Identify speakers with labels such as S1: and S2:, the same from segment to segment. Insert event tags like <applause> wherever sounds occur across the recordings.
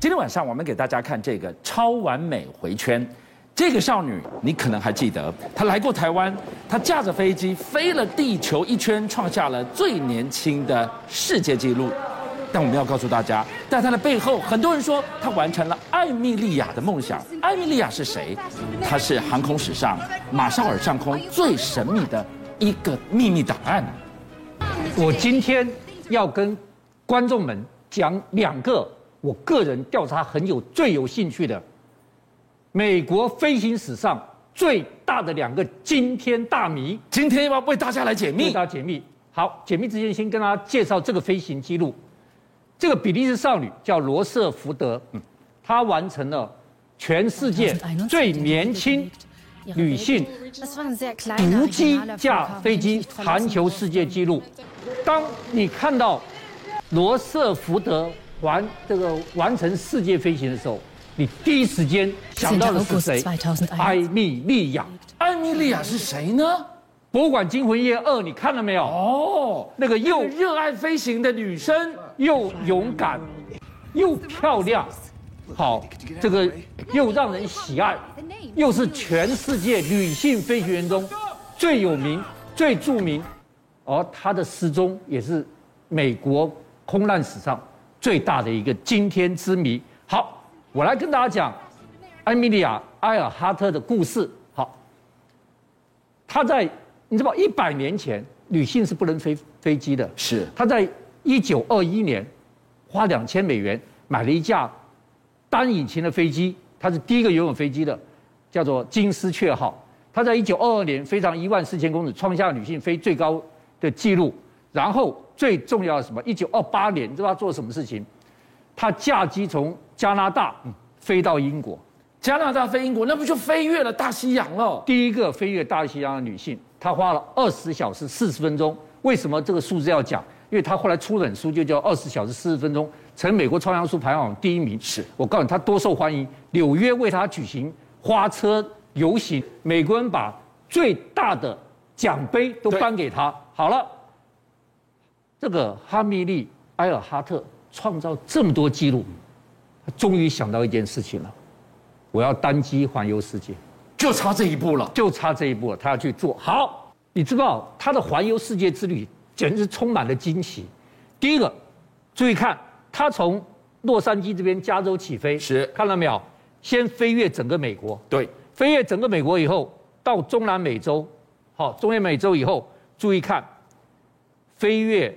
S1: 今天晚上我们给大家看这个超完美回圈。这个少女你可能还记得，她来过台湾，她驾着飞机飞了地球一圈，创下了最年轻的世界纪录。但我们要告诉大家，在她的背后，很多人说她完成了艾米莉亚的梦想。艾米莉亚是谁？她是航空史上马绍尔上空最神秘的一个秘密档案。
S2: 我今天要跟观众们讲两个我个人调查很有最有兴趣的美国飞行史上最大的两个惊天大谜，
S1: 今天要为大家来解
S2: 为
S1: 密。
S2: 大家解密。好，解密之前先跟大家介绍这个飞行记录，这个比利时少女叫罗瑟福德，嗯她完成了全世界最年轻女性
S3: 独
S2: 独
S3: 机
S2: 机
S3: 驾
S2: 驾
S3: 飞
S2: 飞
S3: 机
S2: 机
S3: 环
S2: 环球
S3: 球世
S2: 世
S3: 界
S2: 界
S3: 纪
S2: 纪
S3: 录
S2: 录。当你看到罗瑟福德完这个完成世界飞行的时候，你第一时间想到的是谁？艾米莉亚。
S1: 艾米莉亚是谁呢？
S2: 《博物馆惊魂夜二》，你看了没有？
S1: 哦，
S2: 那个又
S1: 热爱飞行的女生。
S2: 又勇敢，又漂亮，好，这个又让人喜爱，又是全世界女性飞行员中最有名、最著名，而她的失踪也是美国空难史上最大的一个惊天之谜。好，我来跟大家讲艾米莉亚·埃尔哈特的故事。好，她在你知道一百年前，女性是不能飞飞机的，
S1: 是
S2: 他在一九二一年花两千美元买了一架单引擎的飞机，它是第一个游泳飞机的，叫做金丝雀号。它在一九二二年飞上一万四千公尺，创下女性飞最高的纪录。然后最重要的是什么？一九二八年，你知道他做什么事情？他驾机从加拿大飞到英国，
S1: 加拿大飞英国，那不就飞越了大西洋了？
S2: 第一个飞越大西洋的女性，她花了二十小时四十分钟。为什么这个数字要讲？因为她后来出本书就叫《二十小时四十分钟》，成美国超量书排行榜第一名。
S1: 是
S2: 我告诉你，她多受欢迎。纽约为她举行花车游行，美国人把最大的奖杯都
S1: 对
S2: 颁给她。好了，这个哈密利埃尔哈特创造这么多记录，他终于想到一件事情了：我要单机环游世界。
S1: 就差这一步了。
S2: 就差这一步了，他要去做好。你知道他的环游世界之旅简直充满了惊喜。第一个，注意看，他从洛杉矶这边加州起飞，
S1: 是
S2: 看到没有？先飞越整个美国，
S1: 对，
S2: 飞越整个美国以后，到中南美洲，好，中南美洲以后，注意看，飞越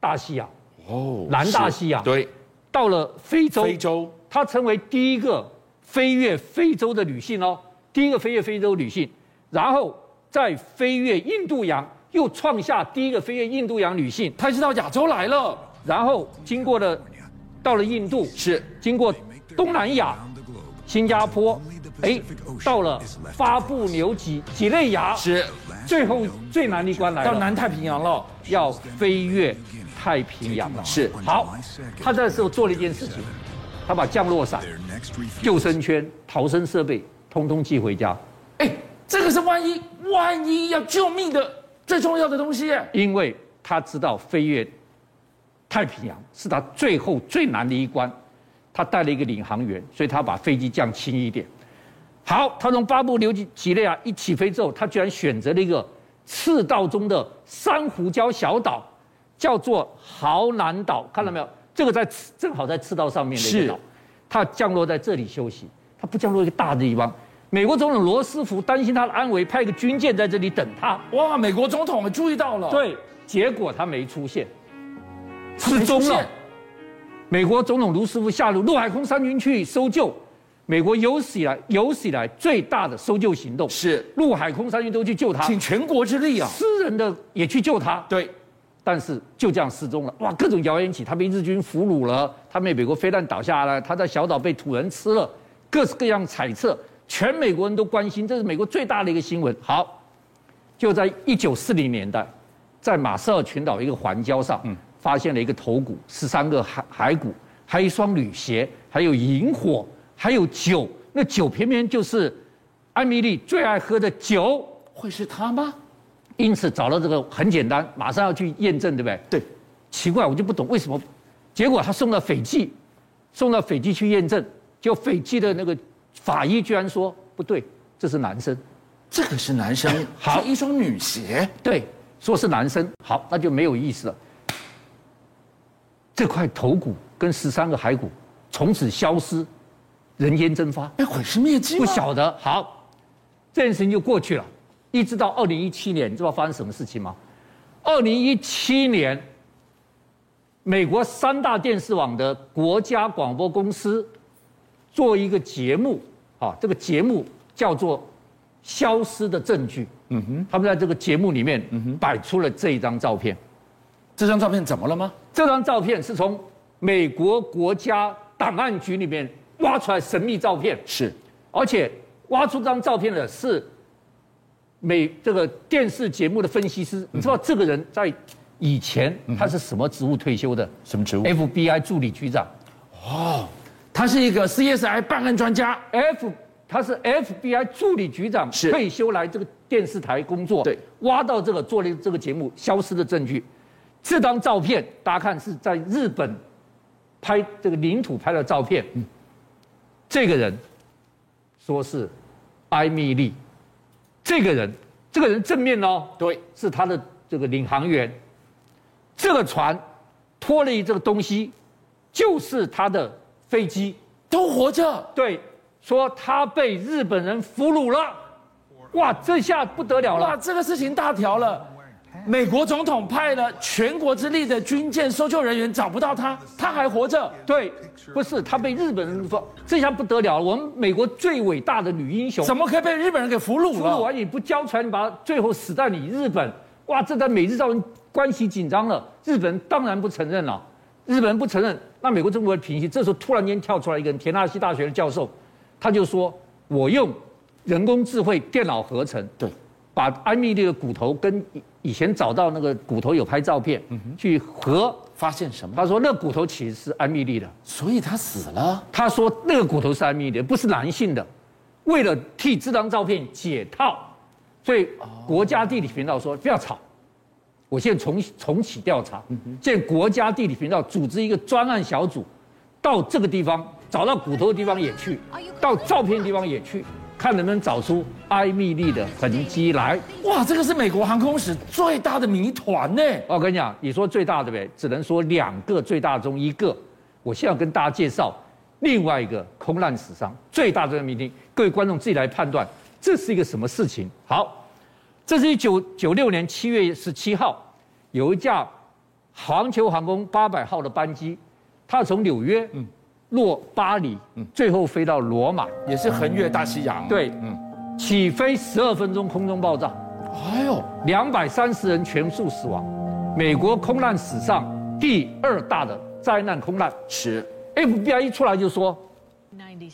S2: 大西洋，
S1: 哦
S2: 南大西洋
S1: 是对，
S2: 到了非洲，
S1: 非洲
S2: 她成为第一个飞越非洲的女性哦，第一个飞越非洲女性，然后再飞越印度洋，又创下第一个飞越印度洋女性，
S1: 他已经到亚洲来了。
S2: 然后经过了，到了印度，
S1: 是
S2: 经过东南亚、新加坡，哎，到了巴布纽几几内亚，
S1: 是，
S2: 最后最难的一关来了，
S1: 到南太平洋了。
S2: 要飞越太平洋了。
S1: 是
S2: 好，他这时候做了一件事情，他把降落伞、救生圈、逃生设备通通寄回家，
S1: 哎，这个是万一，万一要救命的最重要的东西耶。
S2: 因为他知道飞越太平洋是他最后最难的一关。他带了一个领航员，所以他把飞机降轻一点。好，他从巴布纽几几内亚一起飞之后，他居然选择了一个赤道中的珊瑚礁小岛，叫做豪南岛，看到没有？这个在赤正好在赤道上面的一
S1: 是
S2: 个岛，他降落在这里休息，他不降落一个大的地方。美国总统罗斯福担心他的安危，派一个军舰在这里等他。
S1: 哇，美国总统注意到了，，
S2: 对，结果他没出现，失踪
S1: 出
S2: 了
S1: 现。
S2: 美国总统卢斯福下令陆海空三军去搜救，美国有史以来有史以来最大的搜救行动，
S1: 是
S2: 陆海空三军都去救他，
S1: 请全国之力啊。
S2: 私人的也去救他，
S1: 对，
S2: 但是就这样失踪了。哇，各种谣言起，他被日军俘虏了，他被美国飞弹倒下来，他在小岛被土人吃了，各式各样猜测，全美国人都关心，这是美国最大的一个新闻。好，就在一九四零年代，在马绍尔群岛一个环礁上，发现了一个头骨、十三个骸骸骨，还有一双旅鞋，还有萤火，还有酒。那酒偏偏就是艾米丽最爱喝的酒。
S1: 会是他吗？
S2: 因此找到这个很简单，马上要去验证，对不对？
S1: 对，
S2: 奇怪，我就不懂为什么。结果他送到斐济，送到斐济去验证，就斐济的那个法医居然说不对，这是男生。
S1: 这个是男生， <laughs>
S2: 好
S1: 是一双女鞋，
S2: 对，说是男生，好，那就没有意思了。这块头骨跟十三个骸骨从此消失，人间蒸发，
S1: 被毁尸哎灭迹吗
S2: 不晓得。好，这件事情就过去了，一直到二零一七年，你知道发生什么事情吗？二零一七年，美国三大电视网的国家广播公司做一个节目，啊，这个节目叫做《消失的证据》。嗯哼，嗯他们在这个节目里面摆出了这一张照片。
S1: 这张照片怎么了吗？
S2: 这张照片是从美国国家档案局里面挖出来神秘照片，
S1: 是
S2: 而且挖出这张照片的是美这个电视节目的分析师。你知道这个人在以前他是什么职务退休的
S1: 什么植物？
S2: ？FBI 助理局长
S1: 哎他是一个 CSI 办案专家，
S2: ，F 他是 FBI 助理局长
S1: 是
S2: 退休来这个电视台工作，
S1: 对，
S2: 挖到这个做了这个节目《消失的证据》，这张照片大家看是在日本拍这个领土拍的照片，
S1: 嗯
S2: 这个人说是艾米丽，这个人这个人正面哦，
S1: 对，
S2: 是他的这个领航员。这个船拖了一这个东西，就是他的飞机。
S1: 都活着。
S2: 对，说他被日本人俘虏了。哇，这下不得了
S1: 哇，
S2: 了！
S1: 这个事情大条了。美国总统派了全国之力的军舰搜救人员找不到他，他还活着。
S2: 对，不是他被日本人俘，这下不得了了。我们美国最伟大的女英雄，
S1: 怎么可以被日本人给俘虏
S2: 俘虏
S1: 了？
S2: 完你不交出来，你把它最后死在你日本。哇，这在美日造成关系紧张了，日本当然不承认了。日本人不承认，那美国政府会平息。这时候突然间跳出来一个人，田纳西大学的教授，他就说：“我用人工智慧电脑合成，
S1: 对，
S2: 把艾米丽的骨头跟以以前找到那个骨头有拍照片，去合。
S1: 发现什么？
S2: 他说那骨头其实是艾米丽的，
S1: 所以他死了。
S2: 他说那个骨头是艾米丽的，不是男性的。为了替这张照片解套，所以国家地理频道说不要吵，我现在重重启调查。现在国家地理频道组织一个专案小组，到这个地方找到骨头的地方也去，到照片的地方也去，看能不能找出艾米丽的痕迹来。
S1: 哇，这个是美国航空史最大的谜团呢。
S2: 我跟你讲，你说最大的呗，只能说两个最大中一个。我现在要跟大家介绍另外一个空难死伤最大的谜题，各位观众自己来判断这是一个什么事情。好，这是一九九六年七月十七号，有一架环球航空八百号的班机，它从纽约落巴黎，最后飞到罗马，
S1: 也是横越大西洋。
S2: 对
S1: 嗯，
S2: 起飞十二分钟空中爆炸。
S1: 哎呦，
S2: 两百三十人全数死亡，美国空难史上第二大的灾难空难。
S1: 是
S2: FBI 一出来就说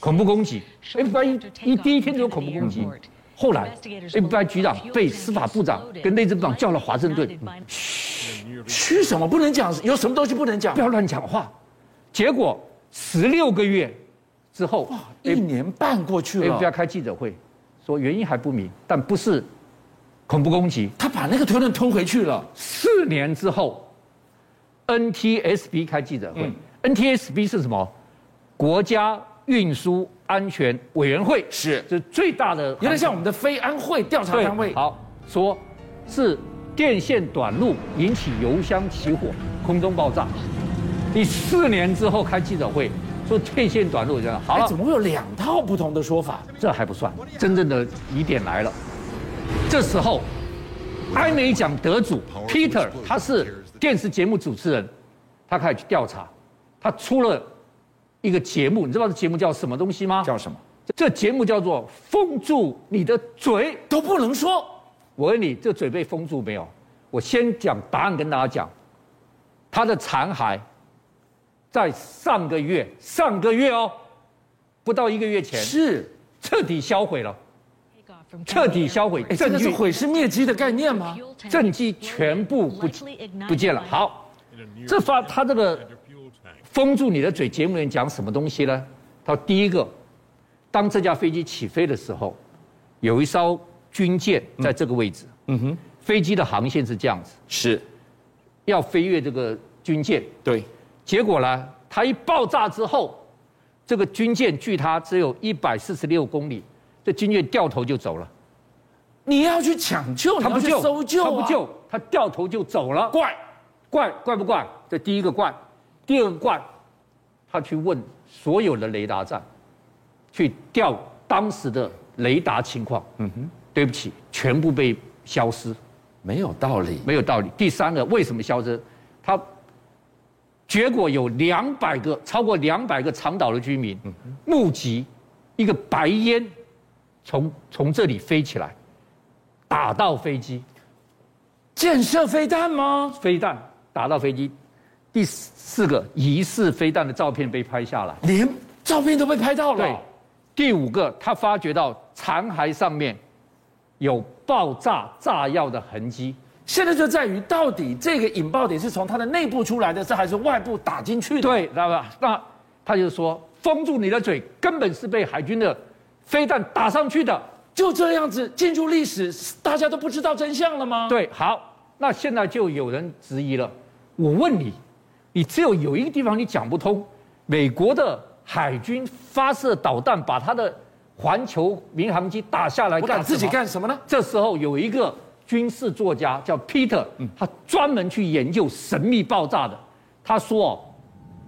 S2: 恐
S3: 恐怖
S2: 怖
S3: 攻
S2: 攻击
S3: ，FBI
S2: ，FBI
S3: 一
S2: 一
S3: 第
S2: 第
S3: 一
S2: 一
S3: 天
S2: 天就
S3: 就有
S2: 有恐
S3: 恐怖嗯
S2: 怖
S3: 攻
S2: 攻
S3: 击
S2: 击，，
S3: 后
S2: 后
S3: 来
S2: 来
S3: FBI
S2: FBI
S3: 局
S2: 局
S3: 长
S2: 长
S3: 嗯被
S2: 被
S3: 司
S2: 司
S3: 法
S2: 法
S3: 部
S2: 部
S3: 长
S2: 长
S3: 跟
S2: 跟
S3: 内
S2: 内政部
S3: 政部长
S2: 长
S3: 叫
S2: 叫
S3: 了
S2: 到
S3: 华
S2: 华
S3: 盛
S2: 盛
S3: 顿嗯
S2: 顿，
S1: 虚什么不能讲？有什么东西不能讲
S2: 不？要乱讲话。结果十六个月之后
S1: 一年半过去
S2: ，FBI
S1: 了，
S2: 开记者会说原因还不明，但不是恐怖攻击。
S1: 他把那个推论吞回去了。
S2: 四年之后，NTSB 开记者会、n
S1: 嗯
S2: t s b 是什么？国家运输安全委员会，
S1: 是
S2: 这最大的，
S1: 有点像我们的非安会调查
S2: 对
S1: 单位。
S2: 好，说是电线短路引起油箱起火，空中爆炸。你四年之后开记者会说电线短路，这样好
S1: 哎，
S2: 了
S1: 怎，么会有两套不同的说法？
S2: 这还不算，真正的疑点来了。这时候，艾美奖得主 Peter，他是电视节目主持人，他开始去调查，他出了一个节目，你知道这节目叫什么东西吗？
S1: 叫什么？
S2: 这节目叫做《封住你的嘴》。
S1: 都不能说。
S2: 我问你，这嘴被封住没有？我先讲答案跟大家讲，他的残骸在上个月，上个月哦，不到一个月前
S1: 是，
S2: 彻底销毁了。
S3: 彻底销毁嗯
S1: 哎，这
S2: 证
S1: 个
S2: 据
S1: 是毁尸灭迹的概念吗？
S3: 证
S2: 证
S3: 据
S2: 据
S3: 全
S2: 全
S3: 部
S2: 部不
S3: 不不
S2: 不
S3: 见
S2: 见
S3: 了。
S2: 了。
S3: 好，
S2: 好，这发他这个封住你的嘴节目里面讲什么东西呢？他说第一个，当这架飞机起飞的时候，有一艘军舰在这个位置。嗯哼，飞机的航线是这样子，
S1: 是，
S2: 要飞越这个军舰。
S1: 对，
S2: 结果呢，它一爆炸之后，这个军舰距他只有一百四十六公里，这军舰掉头就走了，
S1: 你要去抢救，
S2: 他不
S1: 你要
S2: 救，
S1: 去搜救、啊
S2: 他不，救，他掉头就走了。
S1: 怪。
S2: 怪怪不怪？这第一个怪，第二个怪，他去问所有的雷达站，去调当时的雷达情况。嗯哼，对不起，全部被消失，
S1: 没有道理。
S2: 没有道理。第三个，为什么消失？他结果有两百个，超过两百个长岛的居民
S1: 嗯
S2: 目击一个白烟从从这里飞起来，打到飞机。
S1: 建设飞弹吗？
S2: 飞弹打到飞机。第四个疑似飞弹的照片被拍下来。
S1: 连照片都被拍到
S2: 对
S1: 了。，
S2: 第五个他发觉到残骸上面有爆炸炸药的痕迹，
S1: 现在就在于到底这个引爆点是从它的内部出来的，是还是外部打进去的？
S2: 对，知道吧？那他就说封住你的嘴，根本是被海军的飞弹打上去的。
S1: 就这样子进入历史，大家都不知道真相了吗？，
S2: 对，好，那现在就有人质疑了。我问你，你只有有一个地方你讲不通，美国的海军发射导弹把他的环球民航机打下来
S1: 我打
S2: 干什么
S1: 自己干什么呢？
S2: 这时候有一个军事作家叫 Peter，他
S1: 嗯
S2: 专门去研究神秘爆炸的。他说哦，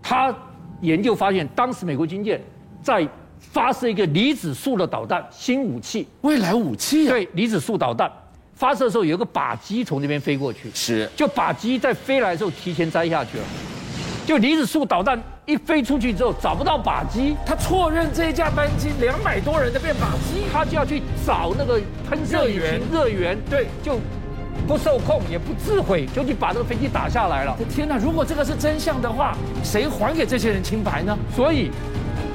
S2: 他研究发现，当时美国军舰在发射一个离子束的导弹新武器，
S1: 未来武器啊，
S2: 对离子束导弹发射的时候，有一个靶机从这边飞过去，
S1: 是
S2: 就靶机在飞来的时候提前摘下去了。就离子束导弹一飞出去之后，找不到靶机，
S1: 他错认这一架班机两百多人的变靶机，
S2: 他就要去找那个喷射引擎热源，对，就不受控也不自毁，就去把这个飞机打下来了
S1: 我。的天哪！如果这个是真相的话，谁还给这些人清白呢？
S2: 所以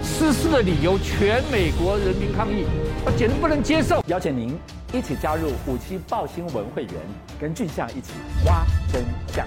S2: 失事的理由，全美国人民抗议，他简直不能接受。
S4: 邀请您一起加入五七报新闻会员，跟俊相一起挖真相。